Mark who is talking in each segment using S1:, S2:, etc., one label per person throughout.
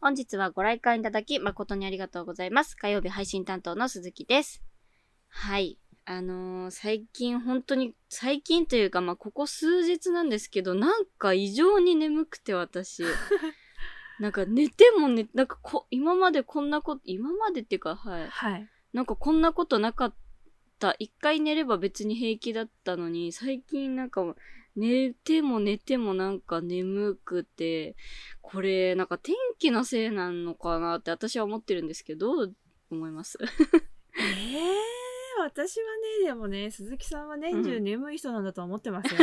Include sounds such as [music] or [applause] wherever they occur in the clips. S1: 本日はご来館いただき誠にありがとうございます。火曜日配信担当の鈴木です。はい。あのー最近本当に、最近というかまあここ数日なんですけど、なんか異常に眠くて私。なんか寝ても寝、なんかこ、今までこんなこと、今までっていうか、はい。
S2: はい。
S1: なんかこんなことなかった。一回寝れば別に平気だったのに、最近なんか寝ても寝てもなんか眠くて、これなんか天気のせいなのかなって私は思ってるんですけど、どう思います
S2: ええ私はね、でもね、鈴木さんは年中
S1: うん
S2: 眠い人なんだとは思ってますよ。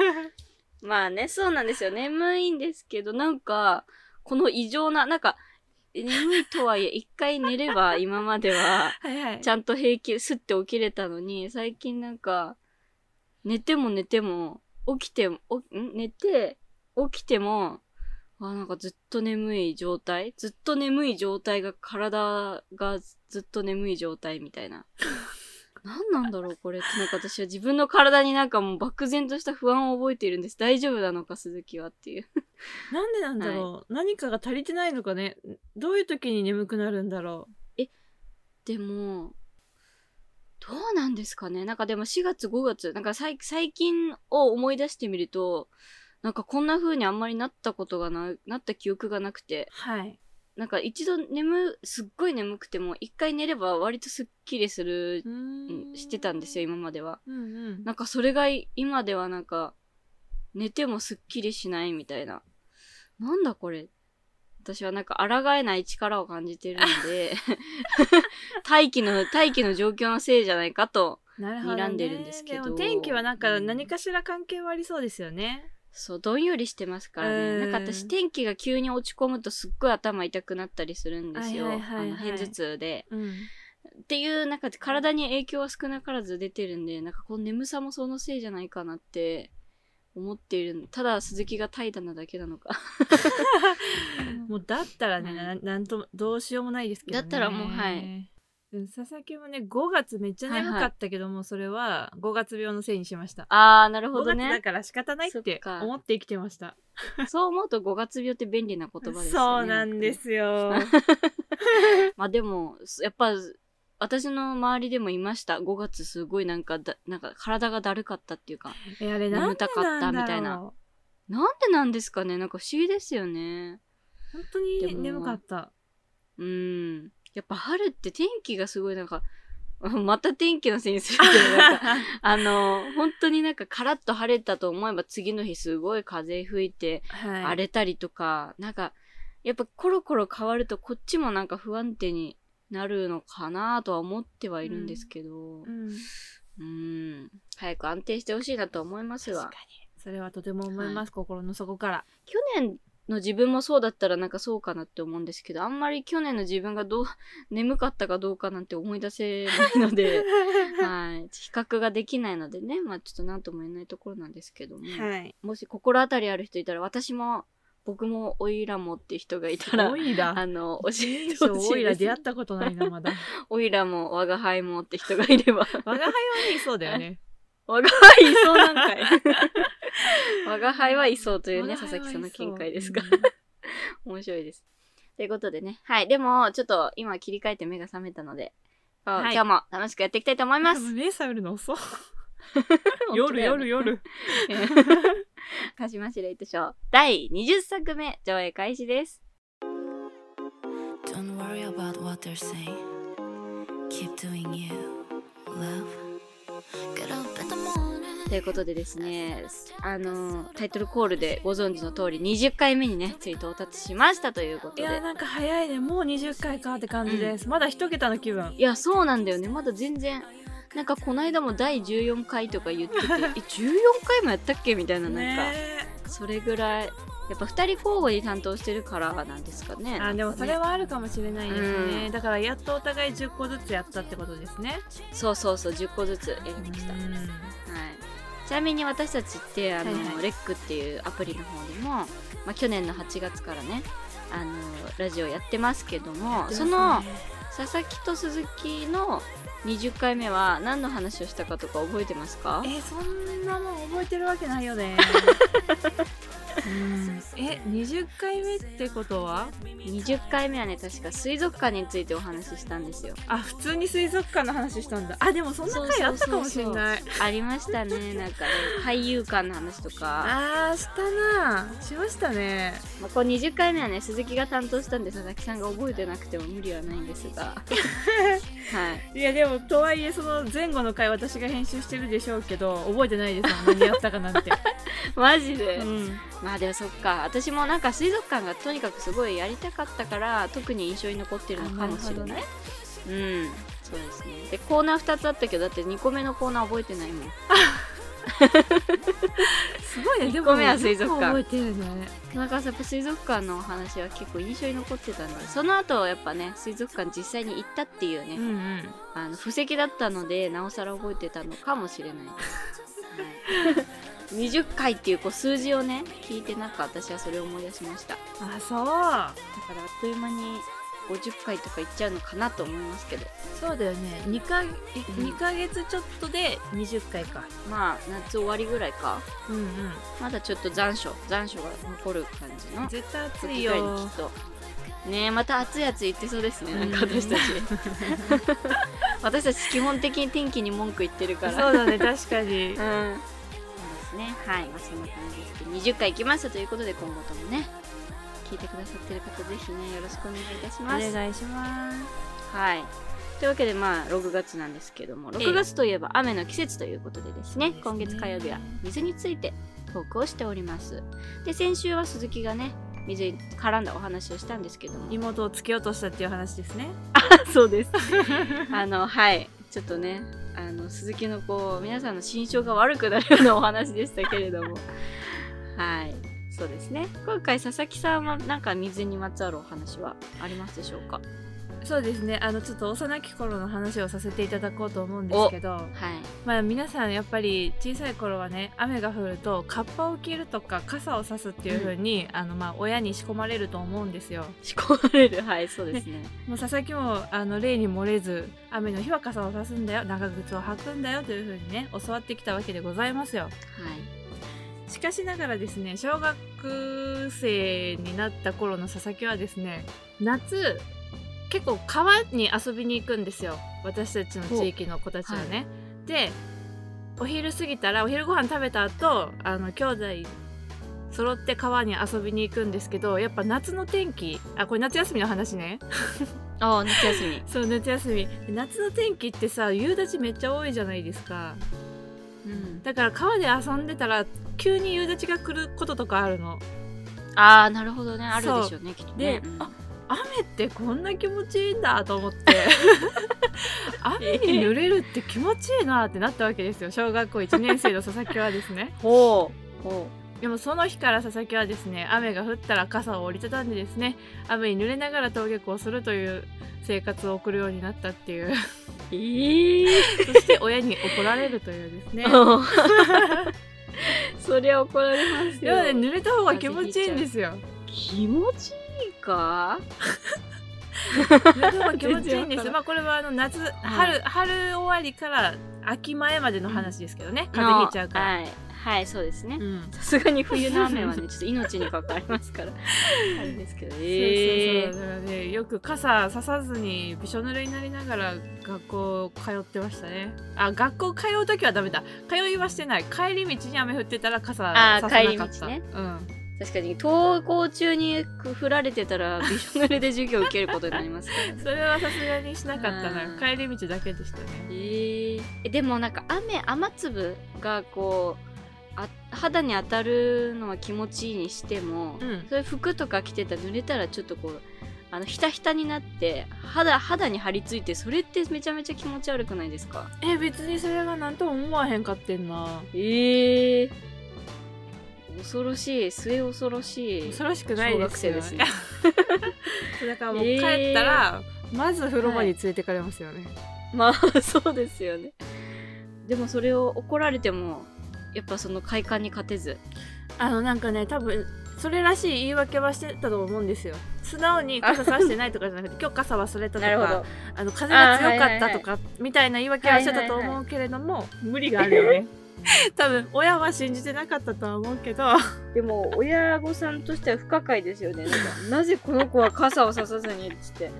S1: [laughs] まあね、そうなんですよ。眠いんですけど、なんか、この異常な、なんか、眠いとはいえ、一回寝れば今まで [laughs] は、
S2: はいはい。
S1: ちゃんと平気、すって起きれたのに、最近なんか、寝ても寝ても、起きても、おん寝て、起きても、あ、なんかずっと眠い状態ずっと眠い状態が体がずっと眠い状態みたい
S2: [laughs]
S1: な。何なんだろうこれって。なんか私は自分の体になんかもう漠然とした不安を覚えているんです。大丈夫なのか鈴木はっていう。
S2: なんでなんだろう、何かが足りてないのかね。どういう時に眠くなるんだろ
S1: でも、どうなんですかねなんかでも4月5月、なんか最最近を思い出してみると、なんかこんな風にあんまりなったことがな、なった記憶がなくて
S2: う。、はい。
S1: なんか一度眠、すっごい眠くても、一回寝れば割とすっきりする、
S2: うー
S1: うんしてたんですよ、。今までは。
S2: うんうん。
S1: なんかそれがい今ではなんか、寝てもすっきりしないみたいな。なんだこれ。私はなんか抗えない力を感じてるの
S2: [laughs]
S1: で、大気の、大気の状況のせいじゃないかと。
S2: なるほど、ね。
S1: 睨んでるんですけど
S2: でも天気はなんか
S1: うん
S2: 何かしら関係はありそうですよね。
S1: そう、どんよりしてますから
S2: う
S1: ね。なんんか私天気が急に落ち込むとすっごい頭痛くなったりするんですよ。
S2: はいはいはいはい
S1: あの、偏頭痛で。
S2: うん。
S1: っていう、なんか体に影響は少なからず出てるんで、なんかこの眠さもそのせいじゃないかなって思っている。ただ鈴木が怠惰なだけな
S2: [laughs]
S1: のか。
S2: もうだったらね、
S1: は
S2: ななんともどうしようもないですけどね。
S1: だったらもうはい
S2: うん。佐々木もね5月めっちゃ眠かったけども、それは5月病のせいにしました。
S1: ああ、なるほど
S2: 5月だ
S1: ね。
S2: から仕方ないっ
S1: そってか
S2: 思って生きてました。
S1: そう思うと5月病って便利な言葉ですよね。
S2: そうなんで
S1: か
S2: すよ。
S1: ね。まあでも、すやっぱ、私の周りでもいました。5月すごいなんかだ、なんか体がだるかったっていうか。
S2: えあれなんで
S1: 眠たかった
S2: なんだろう
S1: みたいな。なんでなんですかねなんか不思議ですよね。
S2: 本当
S1: で
S2: に
S1: も
S2: 眠かった。
S1: うん。やっぱ春って天気がすごいなんか、 [laughs] また天気のせいにするけど、
S2: [laughs]
S1: なんか、あの、本当になんかカラッと晴れたと思えば次の日すごい風吹いて
S2: [laughs] はい、
S1: 荒れたりとか、なんか、やっぱコロコロ変わるとこっちもなんか不安定になるのかなとは思ってはいるんですけど、
S2: う、
S1: うんん、早く安定してほしいなと思います
S2: 確
S1: が
S2: かに。それはとても思います、心の底から。
S1: 去年の自分もそうだったらなんかそうかなって思うんですけど、あんまり去年の自分がどう、 [laughs] 眠かったかどうかなんて思い出せないの
S2: [laughs]
S1: で、
S2: は
S1: はい。比較ができないのでね、まあちょっとなんとも言えないところなんですけども、
S2: い。
S1: もし心当たりある人いたら、私も、僕もおいらもって人がいたら
S2: 多、いだ。
S1: あの、教えて
S2: そう
S1: ほし
S2: お
S1: い
S2: い
S1: で
S2: ら
S1: す
S2: 出。会ったことないな、まだ。
S1: おいらも、我が輩もって人がいれば、
S2: [laughs] 我が輩はね、そうだよね。
S1: 我が輩いそうなん
S2: [laughs]
S1: かい。我が輩はいそうというね、
S2: 我が
S1: 佐
S2: 輩
S1: 々
S2: は
S1: 木さ
S2: いそうん
S1: の見解ですが。
S2: うん
S1: 面白いです。ということでね。はい。でも、ちょっと今切り替えて目が覚めたので、あ
S2: はい
S1: 今日も楽しくやっていきたいと [laughs] 思います
S2: で。も目覚めるの
S1: [laughs]
S2: 遅い。 [laughs] 夜、夜、夜。
S1: 鹿島シレイトショー第20作目上映開始です。
S3: Don't worry about what they're saying. Keep doing you, love. Get up in the morning.
S1: ということでですね、あの、タイトルコールでご存知の通り20回目にね、つい到達しましたということ
S2: い
S1: で。
S2: や、なんか早いね。もう20回かって感じです。まだ一桁の気分。
S1: いや、そうなんだよね。まだ全然。なんかこの間も第14回とか言ってて、え、14回もやったっけみたいな、なんか。
S2: ね
S1: それぐらいやっぱ2人交互に担当してるからなんですかね
S2: えあでもそれ
S1: ね
S2: はあるかもしれないですね、
S1: う
S2: だからやっとお互い10個ずつやったってことですね
S1: そうそうそう10個ずつやりました、はい、ちなみに私たちってあの、
S2: はいはい
S1: レックっていうアプリの方でも、まあ、去年の8月からねあのラジオやってますけどもその佐々木と鈴木の20回目は何の話をしたかとか覚えてますか [laughs]
S2: えーそんなもん覚えてるわけないよねえ、20回目ってことは
S1: 20回目はね確か水族館についてお話ししたんですよ
S2: あ、普通に水族館の話したんだ。あ、でもそんな回あったかもしれない。
S1: ありましたねなんかね俳優館の話とか、
S2: あー、したなしましたね。
S1: まあ、こう20回目はね鈴木が担当したんで佐々木さんが覚えてなくても無理はないんですがはい
S2: いや、でも、とはいえ、その前後の回私が編集してるでしょうけど、覚えてないですもん。何やった
S1: [laughs]
S2: かなんて。
S1: マジで、
S2: うん。
S1: まあでもそっか私もなんか水族館がとにかくすごいやりたかったから特に印象に残ってるのかもしれない
S2: あなる
S1: うんそうですねでコーナー2つあったけどだって2個目のコーナー覚えてないもん
S2: すごい [laughs] ね。で
S1: 一個目は水族館
S2: よく覚えてるね。
S1: 田中さんやっぱ水族館のお話は結構印象に残ってたんでその後やっぱね水族館実際に行ったっていうね、
S2: うんうん。
S1: あの布石だったのでなおさら覚えてたのかもしれないです、はい20回っていうこう数字をね聞いてなんか私はそれを思い出しましただ
S2: あ、そ
S1: か
S2: う。
S1: らあっという間に50回とかいっちゃうのかなと思いますけど
S2: そうだよね2か
S1: うん
S2: 2ヶ月ちょっとで20回か
S1: まあ夏終わりぐらいか
S2: うんうん
S1: まだちょっと残暑残暑が残る感じの
S2: 絶対暑い
S1: 時ぐらいにき
S2: よ
S1: っとねえまた暑いやつ言ってそうですねなんか
S2: うん
S1: 私たち私たち基本的に天気に文句言ってるから
S2: そうだね確かに
S1: う
S2: [laughs]
S1: んそうですねはい、まあ、そんな感じですけど20回行きましたということで今後ともね聞いてくださってる方ぜひねよろしくお願いいたし
S2: お
S1: ます
S2: 願いします
S1: はいというわけでまあ6月なんですけども
S2: ええ
S1: 6月といえば雨の季節ということでですね
S2: そうですね
S1: 今月火曜日は水についてトークをしておりますで先週は鈴木がね水に絡んだお話をしたんですけども
S2: 妹を突き落としたっていう話ですね
S1: そう [laughs] です。あの、はい。ちょっとね、あの、鈴木のこう、皆さんの心象が悪くなるようなお話でしたけれど [laughs] も。はい。そうですね。今回、佐々木さんは、なんか水にまつわるお話はありますでしょうか
S2: そうですねあのちょっと幼き頃の話をさせていただこうと思うんですけど
S1: はい。
S2: まあ皆さんやっぱり小さい頃はね雨が降るとカッパを着るとか傘を差すっていう風に、あのまあ親に仕込まれると思うんですよ
S1: 仕込まれる。はい、そうです [laughs] ね。
S2: もう佐々木もあの例に漏れず雨の日は傘を差すんだよ長靴を履くんだよというふうにね教わってきたわけでございますよ
S1: はい。
S2: しかしながらですね小学生になった頃の佐々木はですね夏結構川に遊びに行くんですよ私たちの地域の子たちはね、でお昼過ぎたらお昼ご飯食べた後あの兄弟揃って川に遊びに行くんですけどやっぱ夏の天気あこれ夏休みの話ね
S1: ああ、夏休み。
S2: そう夏休み夏の天気ってさ夕立めっちゃ多いじゃないですか
S1: うん。
S2: だから川で遊んでたら急に夕立が来ることとかあるの
S1: ああ、なるほどね。あるでしょうね、きっとね。
S2: で、
S1: うん
S2: あ雨ってこんな気持ちいいんだと思って雨に濡れるって気持ちいいなってなったわけですよ小学校1年生の佐々木はですね
S1: ほう。ほ
S2: でもその日から佐々木はですね雨が降ったら傘を折りたたんでですね雨に濡れながら登下校するという生活を送るようになったってい
S1: う。
S2: う
S1: ええ
S2: そして親に怒られるというですね
S1: [laughs] そりゃ怒られます
S2: い
S1: よ。
S2: やね濡れた方が気持ちいいんですよ。
S1: 気持ちいいか
S2: 濡れた方が気持ちいい
S1: 全
S2: んで
S1: 然わから
S2: すよ。
S1: ん
S2: まあこれはあの夏春春終わりから秋前までの話ですけどね。風邪ひいちゃうから。
S1: はい、はい、そうですね
S2: うん。
S1: さすがに冬の雨は [laughs] ねちょっと命に関わりますからあれですけど
S2: そう
S1: え
S2: そうそうだからねよく傘ささずにびしょ濡れになりながら学校通ってましたねあ学校通う時はダメだ通いはしてない帰り道に雨降ってたら傘
S1: あー
S2: ささなかった
S1: 帰り道ね
S2: う
S1: ー
S2: ん
S1: 確かに登校中に降られてたらびしょ濡れで授業受けることになりますからね
S2: それはさすがにしなかったな
S1: うん
S2: 帰り道だけでしたね
S1: えーえでもなんか雨雨粒がこうあ肌に当たるのは気持ちいいにしても、
S2: うん
S1: それ服とか着てたら濡れたらちょっとこうあのひたひたになって肌肌に張り付いてそれってめちゃめちゃ気持ち悪くないですか
S2: え別にそれは何とも思わへんかってんな
S1: ええ恐ろしい末恐ろしい
S2: 恐ろしくないです
S1: 小学生
S2: よ
S1: ですね
S2: だからもう
S1: え
S2: 帰
S1: ー
S2: ったら、まず風呂場に連れてかれますよね、
S1: まあそうですよねでもそれを怒られてもやっぱその快感に勝てず
S2: あのなんかね多分それらしい言い訳はしてたと思うんですよ素直に傘さしてないとかじゃなくて今日傘忘れたとかあの風が強かったとかみたいな言い訳はしてたと思うけれども、無理があるよね [laughs] 多分親は信じてなかったとは思うけど
S1: でも親御さんとしては不可解ですよねなんかなぜこの子は傘をささずにっつって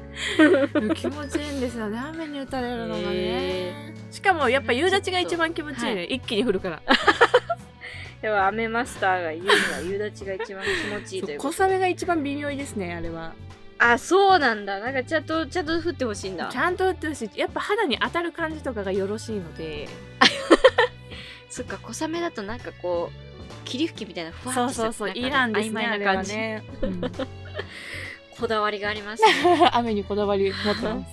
S2: 気持ちいいんですよね雨に打たれるのがね、
S1: へ
S2: しかもやっぱ夕立が一番気持ちいいね、
S1: は
S2: 一気に降る [laughs] から
S1: では雨マスターが言うには夕立が一番気持ちいいという
S2: 小
S1: こと
S2: 雨が一番微妙ですねあれは
S1: あそうなんだなんかちゃんとちゃんと降ってほしいんだ
S2: ちゃんと打ってほしいやっぱ肌に当たる感じとかがよろしいので
S1: そっか小雨だとなんかこう霧吹きみたいなふわっ
S2: そう
S1: とした
S2: そうそう
S1: なんか
S2: いらんですね
S1: 曖
S2: あ
S1: 昧
S2: れ
S1: な
S2: は
S1: 感じ、
S2: ね、うん
S1: こだわりがありますね
S2: [laughs] 雨にこだわり持ってます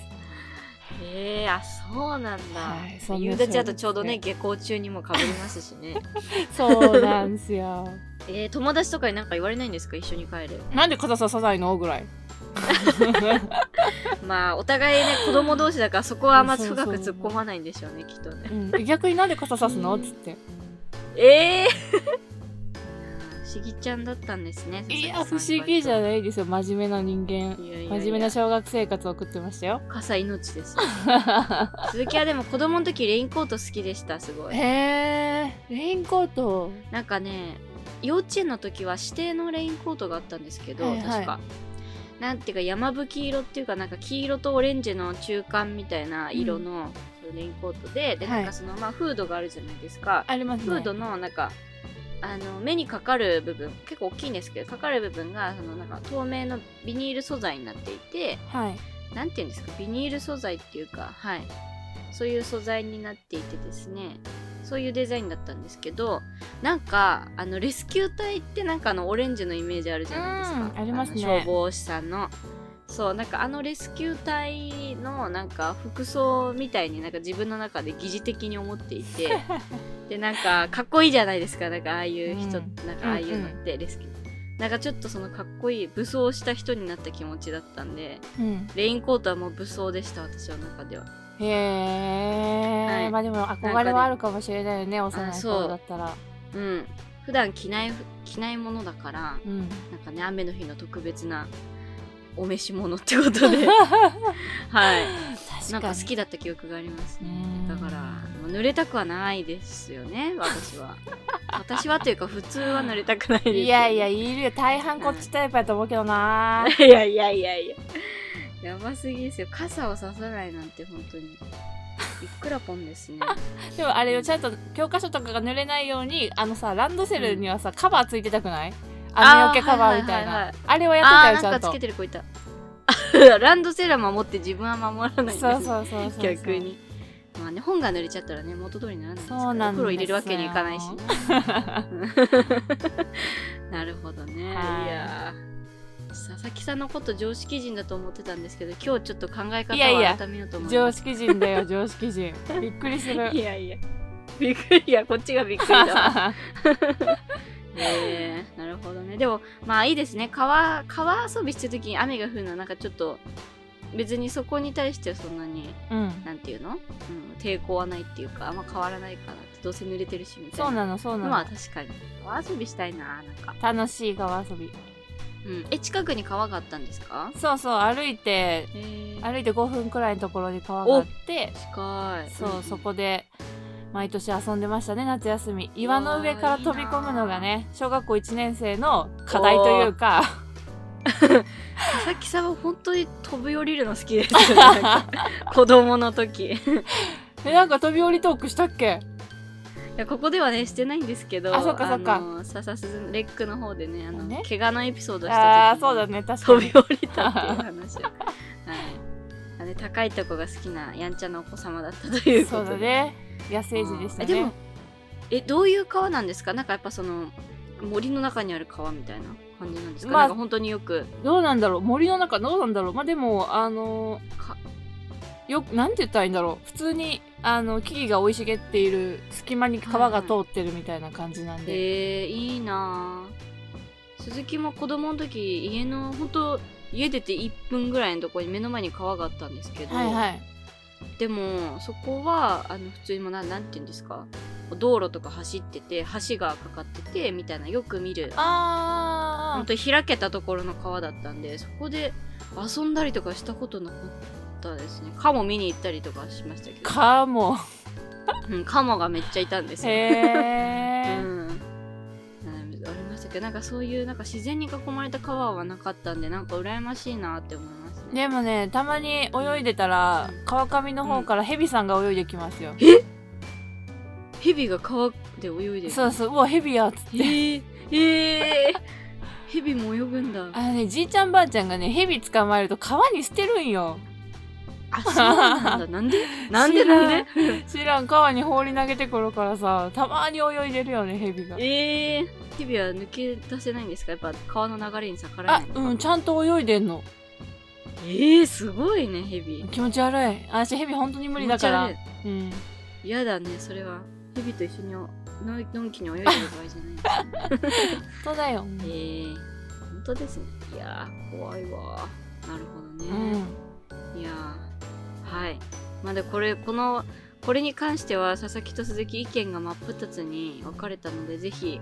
S1: へえあそうなんだ、
S2: はいそんな
S1: 夕立だとちょうどね
S2: そ
S1: 下
S2: う
S1: 校中にもかぶりますしね
S2: [laughs]
S1: [laughs]
S2: そうなんですよ
S1: えー、友達とかになんか言われないんですか一緒に帰れ
S2: なんで傘ささないのぐらい
S1: [laughs] まあお互いね子供同士だからそこはあんま
S2: そうそう
S1: 深く突っ込まないんでしょうねきっとね
S2: うん [laughs] 逆になんで傘さすの
S1: うん
S2: つって
S1: [laughs] ええー、不思議ちゃんだったんですね
S2: いや不思議じゃ
S1: ん
S2: ないですよ真面目な人間
S1: いやいやいや
S2: 真面目な小学生活を送ってま [laughs] したよ
S1: 傘命ですよ鈴木はでも子供の時レインコート好きでしたすごい
S2: へえレインコート
S1: なんかね幼稚園の時は指定のレインコートがあったんですけど、
S2: はいはい
S1: 確かなんていうか山吹色っていうかなんか黄色とオレンジの中間みたいな色のそのレインコートで、で
S2: はい
S1: なんかその、まあフードがあるじゃないですか
S2: あります
S1: フー
S2: ね
S1: ドのなんかあの目にかかる部分結構大きいんですけどかかる部分がそのなんか透明のビニール素材になっていて
S2: はい
S1: なんていうんですかビニール素材っていうかはいそういう素材になっていてですねそういうデザインだったんですけどなんかあのレスキュー隊ってなんかあのオレンジのイメージあるじゃないですか、
S2: うんありますね
S1: の消防士さんのそうなんかあのレスキュー隊のなんか服装みたいになんか自分の中で疑似的に思ってい
S2: [laughs]
S1: てでなんかかっこいいじゃないですかなんかああいう人、
S2: うん
S1: なんかああいうのってレスキュー、なんかちょっとそのかっこいい武装した人になった気持ちだったんで
S2: うん
S1: レインコートはもう武装でした私の中では
S2: へえ、
S1: はい
S2: まあでも憧れはあるかもしれないよね幼い頃だったら
S1: うん普段着ない着ないものだから
S2: うん
S1: なんかね雨の日の特別なお召し物って
S2: [laughs]
S1: ことではいなんか好きだった記憶がありますね
S2: うん
S1: だからもう濡れたくはないですよね私
S2: [laughs]
S1: は私はというか普通は濡れたくないですよね
S2: いやいやいるよ大半こっちタイプやと思うけ
S1: [laughs]
S2: どな
S1: いやいやいやいややばすぎですよ傘をささないなんて本当にびっくらぽんですね
S2: でもあれよちゃんと教科書とかが濡れないようにあのさランドセルにはさカバーついてたくない [laughs] 雨よけカバーみたい
S1: あーはいはいはいは
S2: ないあれはや
S1: あ
S2: って
S1: ー
S2: た
S1: な
S2: よ
S1: ん
S2: ち
S1: かつ
S2: ゃん
S1: け
S2: と
S1: てる子いた [laughs] ランドセルは守って自分は守らないんです
S2: そうそうそうそう
S1: 逆にまあね本が濡れちゃったらね元通りにならないですから
S2: そうなんです
S1: お風
S2: よ
S1: 呂入れるわけにいかないしねなるほどねい
S2: はい
S1: やー佐々木さんのこと常識人だと思ってたんですけど今日ちょっと考え方
S2: いやい
S1: を
S2: や
S1: 改めようと思い
S2: 常
S1: ます
S2: 識人だよ常識人びっくりする
S1: いやいやびっくりいやこっちがびっくりだ
S2: [laughs]
S1: わえーなるほどねでもまあいいですね川川遊びしてる時に雨が降るのはなんかちょっと別にそこに対してはそんなに
S2: うん
S1: なんていうの、うん、抵抗はないっていうかあんま変わらないかなってどうせ濡れてるしみたいな
S2: そうなのそう
S1: まあ
S2: な
S1: 確かに川遊びしたいななんか、
S2: の楽しい川遊び
S1: うん、え近くに川があったんですか
S2: そうそう歩いて
S1: へえ
S2: 歩いて5分くらいのところに川があって
S1: 近い
S2: そう、そ
S1: で
S2: こで毎年遊んでましたね夏休み岩の上から飛び込むのがね小学校1年生の課題というか
S1: 佐々木さんは本当に飛び降りるの好きですよね
S2: [laughs]
S1: なんか子供の時い
S2: えなんか飛び降りトークしたっけ
S1: やここではねしてないんですけど
S2: あそっかそっか
S1: あの笹鈴レックの方でねあの
S2: ね
S1: 怪我のエピソードをした時に
S2: あーそうだね確か
S1: 飛
S2: に
S1: び降りたっていう話はいあれ高いとこが好きなやんちゃなお子様だったということ
S2: そう
S1: で
S2: だね野生児でした
S1: えでも
S2: ね
S1: えどういう川なんですかなんかやっぱその森の中にある川みたいな感じなんですか、
S2: まあ
S1: なんか本当によく
S2: どうなんだろう森の中どうなんだろうまあでもあの
S1: か
S2: よなんて言ったらいいんだろう普通にあの木々が生い茂っている隙間に川が通ってるみたいな感じなんで、
S1: えー、いいなあ鈴木も子供の時家の本当家出て1分ぐらいのとこに目の前に川があったんですけど、
S2: はいはい
S1: でもそこはあの普通にもうななんて言うんですか道路とか走ってて橋がかかっててみたいなよく見る
S2: あ
S1: 本
S2: ー
S1: 当に開けたところの川だったんでそこで遊んだりとかしたことなかったですねカモ見に行ったりとかしましたけど
S2: かも
S1: うん、カモがめっちゃいたんですよ。う
S4: へえ
S1: ん、うんありましたけどなんかそういうなんか自然に囲まれた川はなかったんでなんか羨ましいなって思いますね。
S4: [laughs] でもねたまに泳いでたら川上の方からヘビさんが泳いできますよ、
S1: ヘビが川で泳いでる。
S4: そうそううわヘビやっつって
S1: えー、えー、ヘビも泳ぐんだ。
S4: あのねじいちゃんばあちゃんがねヘビ捕まえると川に捨てるんよ
S1: あ、そうな
S4: [laughs]
S1: んだ。なんでなんでなんで [laughs]
S4: 知らん川に放り投げてくるからさたまに泳いでるよねヘビが
S1: ええー、日々は抜け出せないんですかやっぱ川の流れに逆らえ
S4: あ
S1: ないのか
S4: うんちゃんと泳いでんの
S1: ええー、すごいねヘビ
S4: 気持ち悪いあ私ヘビ本当に無理だからうん
S1: 嫌だねそれはヘビと一緒におののんきに泳いでる場合じゃないんです
S4: [laughs]
S1: ね
S4: そうだよ
S1: えー、本当ですねいやー怖いわなるほど
S4: う
S1: ね、
S4: ん
S1: いやーはいまだこれこのこれに関しては佐々木と鈴木意見が真っ二つに分かれたのでぜひ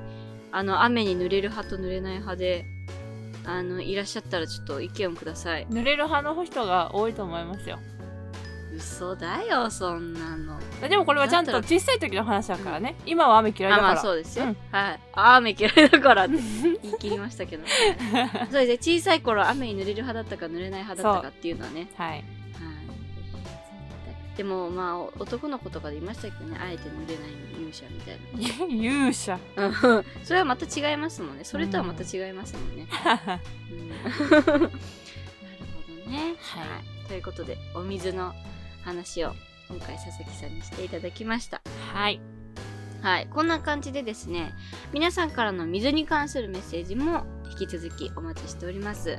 S1: あの雨に濡れる派と濡れない派であのいらっしゃったらちょっと意見をください
S4: 濡れる派の人が多いと思いますよ
S1: 嘘だよそんなの
S4: でもこれはちゃんと小さい時の話だからね今は雨嫌いだ
S1: あ
S4: から
S1: まあそうですよ、
S4: うん
S1: はい雨嫌いだか
S4: [laughs]
S1: らって言い切りましたけどそうですね小さい頃雨に濡れる派だったか濡れない派だったかっていうのはね
S4: はい [laughs]
S1: はいでもまあ男の子とかでいましたけどねあえて濡れない勇者みたい
S4: 勇者 [laughs]
S1: なうんそれはまた違いますもんねそれとはまた違いますもんね、
S4: は
S1: うんなるほどね
S4: はい
S1: いということでお水の話を今回佐々木さんにしていただきました
S4: い
S1: はい、こんな感じでですね、皆さんからの水に関するメッセージも引き続きお待ちしております。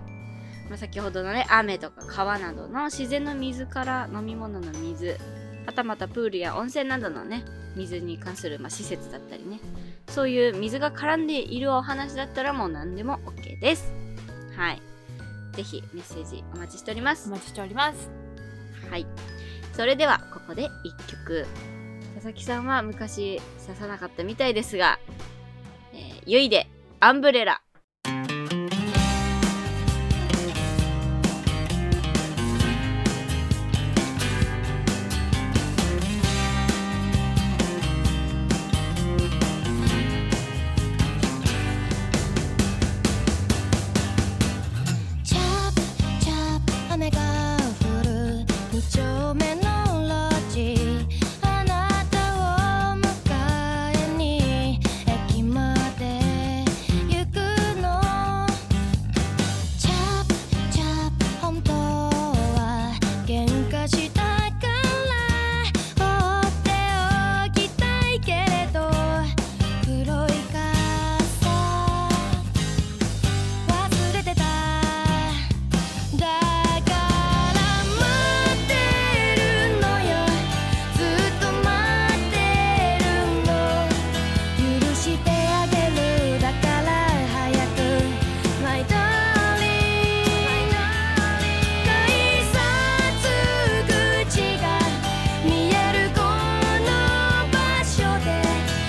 S1: まあ、先ほどのね、雨とか川などの自然の水から飲み物の水、はたまたプールや温泉などのね、水に関する、まあ、施設だったりね、そういう水が絡んでいるお話だったらもう何でも OK です。はい。ぜひメッセージお待ちしております
S4: お。待ちしております
S1: はい。それではここで一曲。佐々木さんは昔刺さなかったみたいですが、えー、ゆいでアンブレラ。
S5: チャプチャプ雨が降る二丁目の路地あなたを迎えに駅まで行くのチャプチャプ本当は喧嘩したから放っておきたいけれど黒い傘忘れてた「だから待ってるのよずっと待ってるの」「許してあげるだから早く」「マイドリー」「改札口が見えるこの場所で」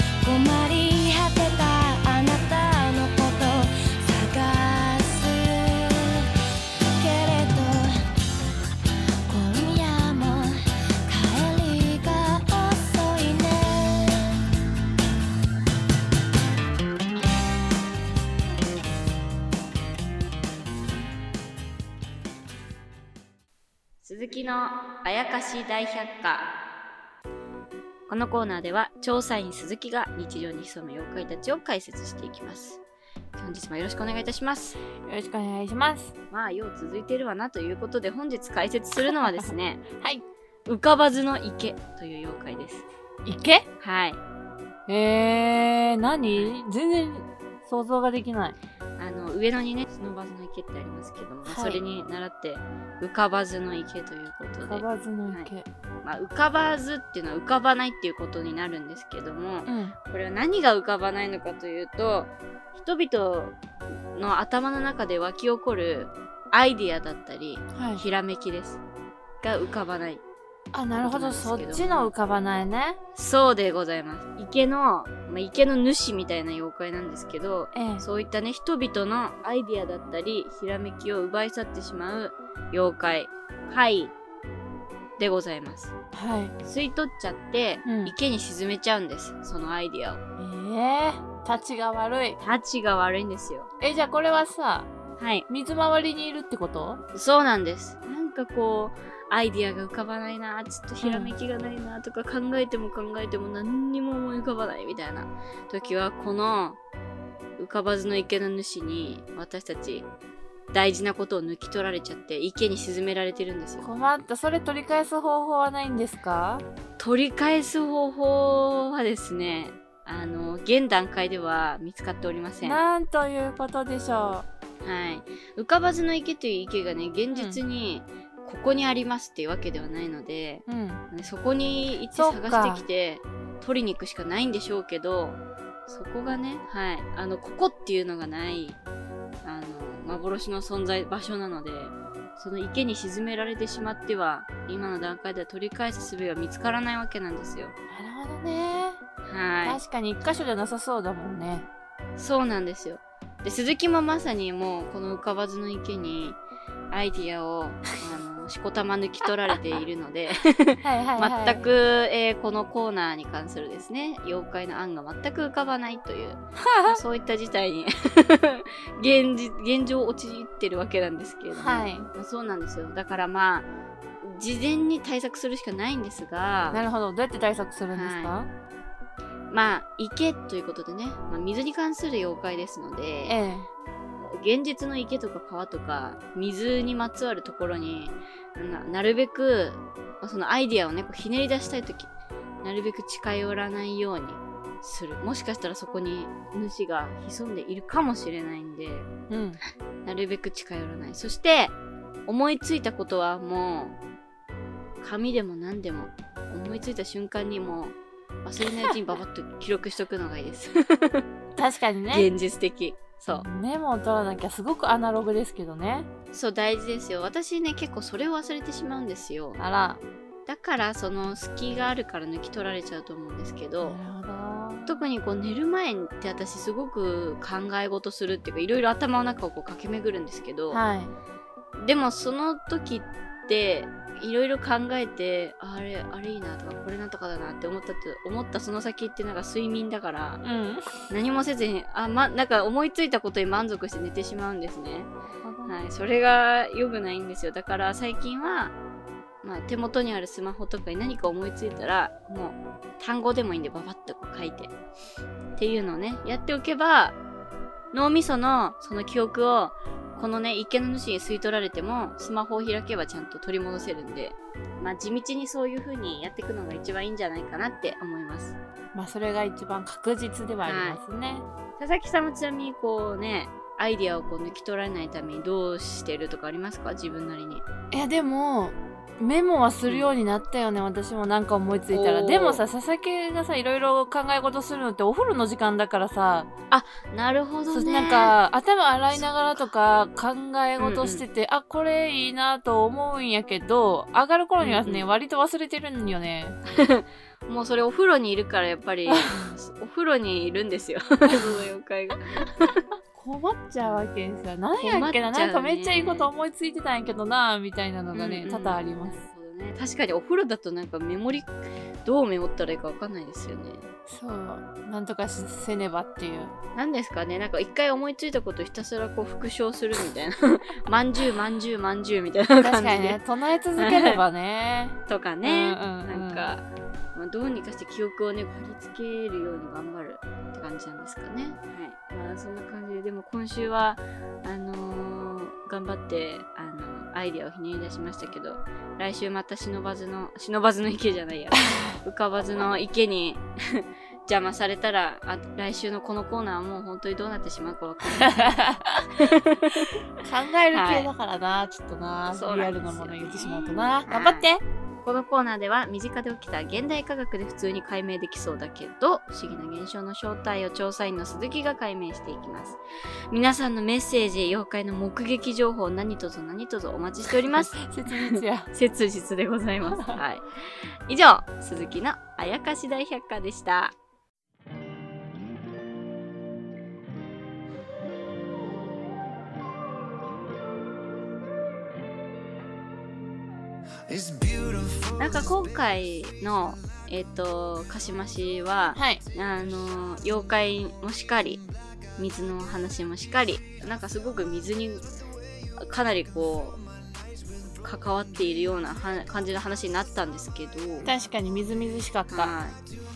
S5: 「困り果てたあなたのこと」「探すけれど」「今夜も帰りが遅いね」
S1: 鈴木のあやかし大百科このコーナーでは調査員鈴木が日常に潜む妖怪たちを解説していきます本日もよろしくお願いいたします
S4: よろしくお願いします
S1: まあよう続いてるわなということで本日解説するのはですね
S4: [laughs] はい
S1: 浮かばずの池という妖怪です
S4: 池
S1: はい
S4: えー、何全然想像ができない
S1: あの上野にね、不忍ばずの池ってありますけども、まあ
S4: はい
S1: それに習って、浮かばずの池ということ
S4: 浮
S1: で、
S4: かばずの池、
S1: まあ、浮かばずっていうのは浮かばないっていうことになるんですけど
S4: う
S1: も、
S4: ん
S1: これは何が浮かばないのかというと、人々の頭の中で湧き起こるアイディアだったり、
S4: はい
S1: ひらめきです。が浮かばない。
S4: あなるほど
S1: そ
S4: そう
S1: なん
S4: っ
S1: ですけど
S4: ちの浮かばないね
S1: そうでございます。池の、まあ、池の主みたいな妖怪なんですけど、
S4: ええ
S1: そういったね人々のアイディアだったりひらめきを奪い去ってしまう妖怪怪でございます
S2: はい。
S1: 吸い取っちゃって、
S2: うん
S1: 池に沈めちゃうんですそのアイディアを
S2: ええー、立ちが悪い。
S1: タチが悪いんですよ
S2: え、じゃあこれはさ、
S1: はい
S2: 水回りにいるってこと
S1: そうなんですなんかこうアイディアが浮かばないなちょっとひらめきがないなとか考えても考えても何にも思い浮かばないみたいな時はこの浮かばずの池の主に私たち大事なことを抜き取られちゃって池に沈められてるんですよ
S2: 困った。それ取り返す方法はないんですか
S1: 取り返す方法はですねあの現段階では見つかっておりませんは
S2: なんということでしょ
S1: い浮かばずの池という池がね現実にここにありますっていうわけではないので、
S2: う。うん。
S1: ねそこに行って
S2: そうか
S1: 探してきて取りに行くしかないんでしょうけどそこがねはいあのここっていうのがないあの幻の存在場所なのでその池に沈められてしまっては今の段階では取り返す術が見つからないわけなんですよ
S2: なるほどね。
S1: は
S2: 確かに一箇所じゃなさそうだもんね。 [laughs]
S1: いそうなんですよで鈴木もまさにもうこの浮かばずの池にアイディアをあのしこたま抜き取られているので
S2: はいはい、はい。
S1: 全。く、えーこのコーナーに関するですね妖怪の案が全く浮かばないというまあそういった事態に [laughs] 現実現状陥ってるわけなんですけれども、
S2: はい。
S1: まあそうなんですよだからまあ事前に対策するしかないんです
S2: な
S1: が
S2: るほど。どうやって対策するんですか、
S1: はまあ池ということでね、まあ、水に関する妖怪ですの
S2: え
S1: で
S2: え。
S1: 現実の池とか川とか水にまつわるところにななるべくまあそのアイディアをねこうひねり出したい時なるべく近寄らないようにするもしかしたらそこに主が潜んでいるかもしれないんで
S2: うん。
S1: なるべく近寄らないそして思いついたことはもう紙でも何でも思いついた瞬間にもう忘れないうちにババッと記録しとくのがいいです
S2: 確かにね。
S1: 現実的そう
S2: メモを取らなきゃすごくアナログですけどね。
S1: そう大事ですよ私ね結構それを忘れてしまうんですよ
S2: あら。
S1: だからその隙があるから抜き取られちゃうと思うんですけど、
S2: なるほど。
S1: 特にこう寝る前って私すごく考え事するっていうかいろいろ頭の中をこう駆け巡るんですけど、
S2: はい。
S1: でもその時っていろいろ考えてあれあれいいなとかこれなんとかだなって思ったと思ったその先ってなんか睡眠だから
S2: うん。
S1: 何もせずにあ、ま、なんか思いついたことに満足して寝てしまうんですね。はい、それが良くないんですよだから最近は、まあ、手元にあるスマホとかに何か思いついたらもう単語でもいいんでババッとこう書いてっていうのをねやっておけば脳みそのその記憶をこのね池の主に吸い取られてもスマホを開けばちゃんと取り戻せるんで、まあ、地道にそういう風にやっていくのが一番いいんじゃないかなって思います
S2: まあそれが一番確実ではありますね。
S1: 佐々木さんもちなみにこうねアイディアをこう抜き取られないためにどうしてるとかありますか自分なりに
S2: い、やでもメモはするようになったよね、私もなんか思いついたら
S1: おー
S2: でもさ佐々木がさいろいろ考え事するのってお風呂の時間だからさ
S1: なるほど
S2: そう
S1: ね
S2: なんか頭洗いながらとか考え事してて、あこれいいなと思うんやけど上がる頃にはね、
S1: うんうん
S2: 割と忘れてるんよね
S1: もうそれお風呂にいるからやっぱ
S2: [laughs]
S1: りお風呂にいるんですよその妖怪が
S2: 困っちゃうわけですよなんやっけ
S1: 困
S2: な
S1: っちゃうね
S2: なんかめっちゃいいこと思いついてたんやけどなみたいなのがね、
S1: うんうん
S2: 多々ありま
S1: な
S2: す
S1: るほどね確かにお風呂だとなんかメモリどうメモったらいいかわかんないですよね
S2: そうなんとかしせねばっていう
S1: なんですかねなんか一回思いついたことひたすらこう復唱するみたいな [laughs] まんじゅうまんじゅうまんじゅうみたいな
S2: 確か
S1: 感
S2: に
S1: じで、
S2: ね唱え続ければ [laughs] ね
S1: とかね、
S2: うんうんうん
S1: なんか、まあ、どうにかして記憶をね貼り付けるように頑張るって感じなんですかねはいまあそんな感じででも今週はあのー頑張ってあのアイデアをひねり出しましたけど来週また忍ばずの [laughs] 忍ばずの池じゃない [laughs] や浮かばずの池に [laughs] 邪魔されたらあ来週のこのコーナーはもう本当にどうなってしまうかわかんない
S2: 考える系だからな、ちょっとな
S1: そう
S2: リ
S1: な
S2: ア
S1: んです
S2: ル
S1: よ
S2: なもの言ってしまうとな頑張って
S1: このコーナーでは身近で起きた現代科学で普通に解明できそうだけど不思議な現象の正体を調査員の鈴木が解明していきます皆さんのメッセージ妖怪の目撃情報何卒何卒お待ちしております
S2: [laughs] 切実や
S1: 切実でございますはい以上鈴木のあやかし大百科でした
S6: It's beautiful.
S1: なんか今回の、えっ、と、かしましは、
S2: はい。
S1: あの、妖怪もしかり、水の話もしかり、なんかすごく水にかなりこう、関わっているようなは感じの話になったんですけど、
S2: 確かにみずみずしかった。
S1: は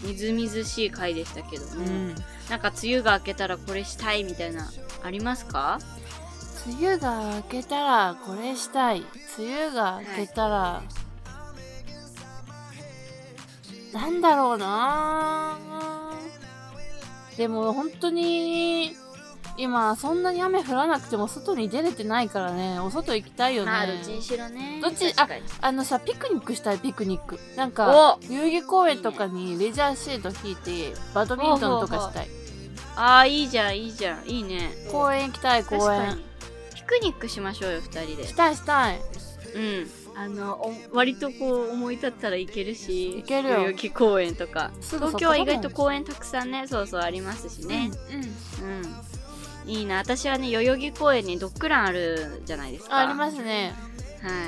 S1: い。みずみずしい回でしたけども、
S2: うん。
S1: なんか梅雨が明けたらこれしたいみたいな、ありますか
S2: 梅雨が明けたらこれしたい。梅雨が明けたら、なんだろうなぁでも本当に、今そんなに雨降らなくても外に出れてないからね、お外行きたいよね。
S1: まあ、どっちにしろね。
S2: どっち
S1: 確かに
S2: あのさ、ピクニックしたい、ピクニック。なんか、
S1: お
S2: 遊戯公園とかにレジャーシート引いて、バドミントンとかしたい。
S1: あー、いいじゃん、いいじゃん、いいね。
S2: 公園行きたい、
S1: 確
S2: 公
S1: か
S2: 園
S1: に。。ピクニックしましょうよ、二人で。
S2: したい、したい。
S1: うん。あの、お割とこう思い立ったらいけるし、
S2: 行けるよ
S1: 代々木公園とか。
S2: すぐ
S1: 東
S2: そこ
S1: 京は意外と
S2: だも
S1: 公園たくさんね、そうそうありますし
S2: ん
S1: ね。
S2: うん。う
S1: う
S2: ん
S1: ん。いいな。私はね、代々木公園にドッグランあるじゃないですか。
S2: あありますね。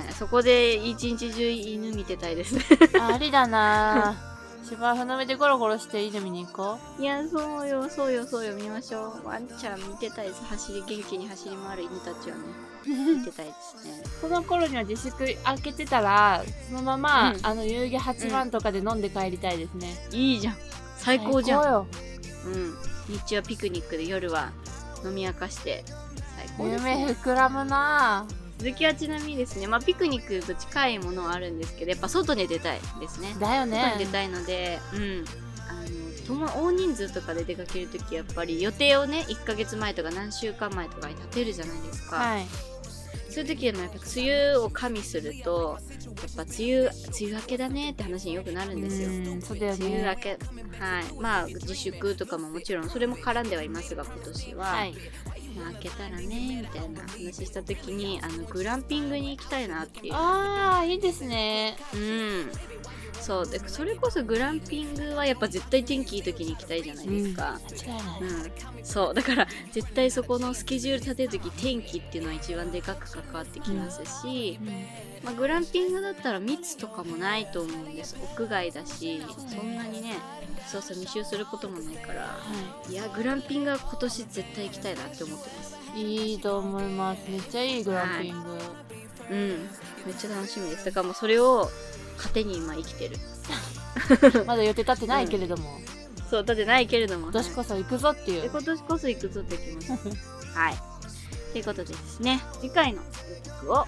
S1: はい。そこで一日中犬見てたい
S2: [laughs]
S1: ですね。
S2: [laughs] ありだなぁ。芝生の上でゴロゴロして犬見に行こう。
S1: いや、そうよ、そうよ、そうよ、見ましょう。ワンちゃん見てたいです。走り、元気に走り回る犬たちをね、
S2: [laughs]
S1: 見てたいですね。
S2: その頃には自粛開けてたら、そのまま、
S1: うん
S2: あの遊戯8番とかで飲んで帰りたいですね。
S1: いいじゃん。最高じゃん。
S2: よ。
S1: うん。日中はピクニックで夜は飲み明かして最高です、
S2: 夢
S1: ね。
S2: 膨らむな
S1: 続きはちなみにですね、まあ、ピクニックと近いものはあるんですけど、やっぱ外に出たいですね
S2: ぁ。。だよね
S1: 外。に出たいので、うん。あのとも大人数とかで出かけるときやっぱり予定をね1ヶ月前とか何週間前とかに立てるじゃないですか、
S2: はい。
S1: そういう時でもやっぱ梅雨を加味するとやっぱ梅雨梅雨明けだねって話によくなるんですよ、
S2: うん、そうだよ
S1: 梅雨明
S2: ね。
S1: け、はい、まあ自粛とかももちろんそれも絡んではいますが今年は、
S2: はい。
S1: まあ、明けたらねみたいな話した時にあのグランピングに行きたいなっていう、
S2: ああ、いいですね。
S1: うん、そうでそれこそグランピングはやっぱ絶対天気いい時に行きたいじゃないですか、
S2: 間違いない。
S1: うん、そうだから絶対そこのスケジュール立てる時天気っていうのは一番でかく関わってきますし、まあ、グランピングだったら密とかもないと思うんです屋外だしそんなにねそうそう密集することもないからいやグランピングは今年絶対行きたいなって思ってます
S2: いいと思います。めっちゃいいグランピング。
S1: うんめっちゃ楽しみですだからもうそれを糧に今生きてる
S2: まだ予定立ってないけれども、
S1: そうだってないけれども
S2: 今年こそ行くぞってい
S1: で
S2: う。
S1: 今年こそ行くぞってきますはいということでですね次回の予告を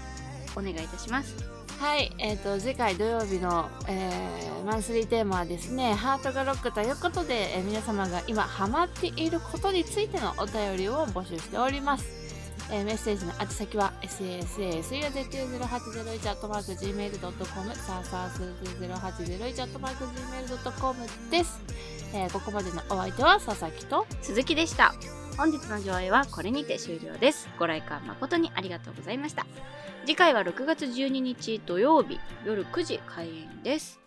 S1: お願いいたします
S2: はい、えっ、と次回土曜日の、えーマンスリーテーマはですね、ハートがロックということで、えー皆様が今ハマっていることについてのお便りを募集しております。えーメッセージの宛先は sasasuyoz908001@gmail.com さあ sasasuyoz908001@gmail.com です、えーここまでのお相手は佐々木と
S1: 鈴木でした本日の上映はこれにて終了ですご来館誠にありがとうございました次回は6月12日土曜日夜9時開演です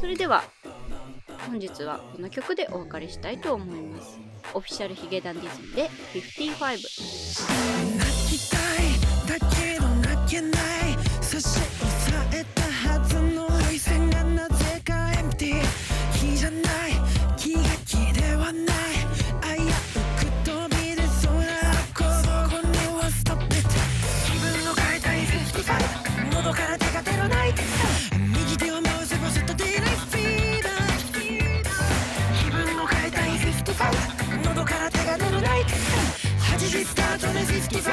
S1: それでは本日はこの曲でお別れしたいと思いますオフィシャルヒゲダンディズニーで55
S6: 泣きたいだけど泣けない差し押さえたはずの涙腺がなぜかエンティ火じゃない気が気ではない危うく飛び出そうなここにはストップ気分を変えたい55喉から手が出るない右手をもうせぼせと出ないスピーダー気分を変えたい55喉から手が出るない8時スタートで55始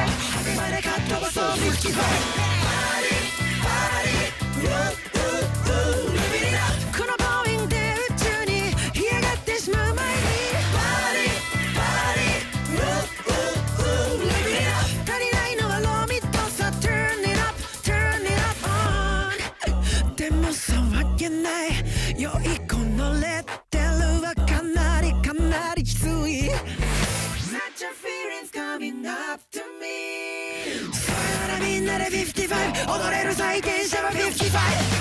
S6: まれかっ飛ばそう55パーリーパーリーウーウーウーリビリラこのボーインで宇宙に干上がってしまう前にパーリーパーリーウーウーウーリビリラ足りないのはロミとさ Turn it up Turn it up on でも騒げない良いこのレッテルはかなりかなりきつい Such a feeling's coming up to me それならみんなで55踊れる債権者は55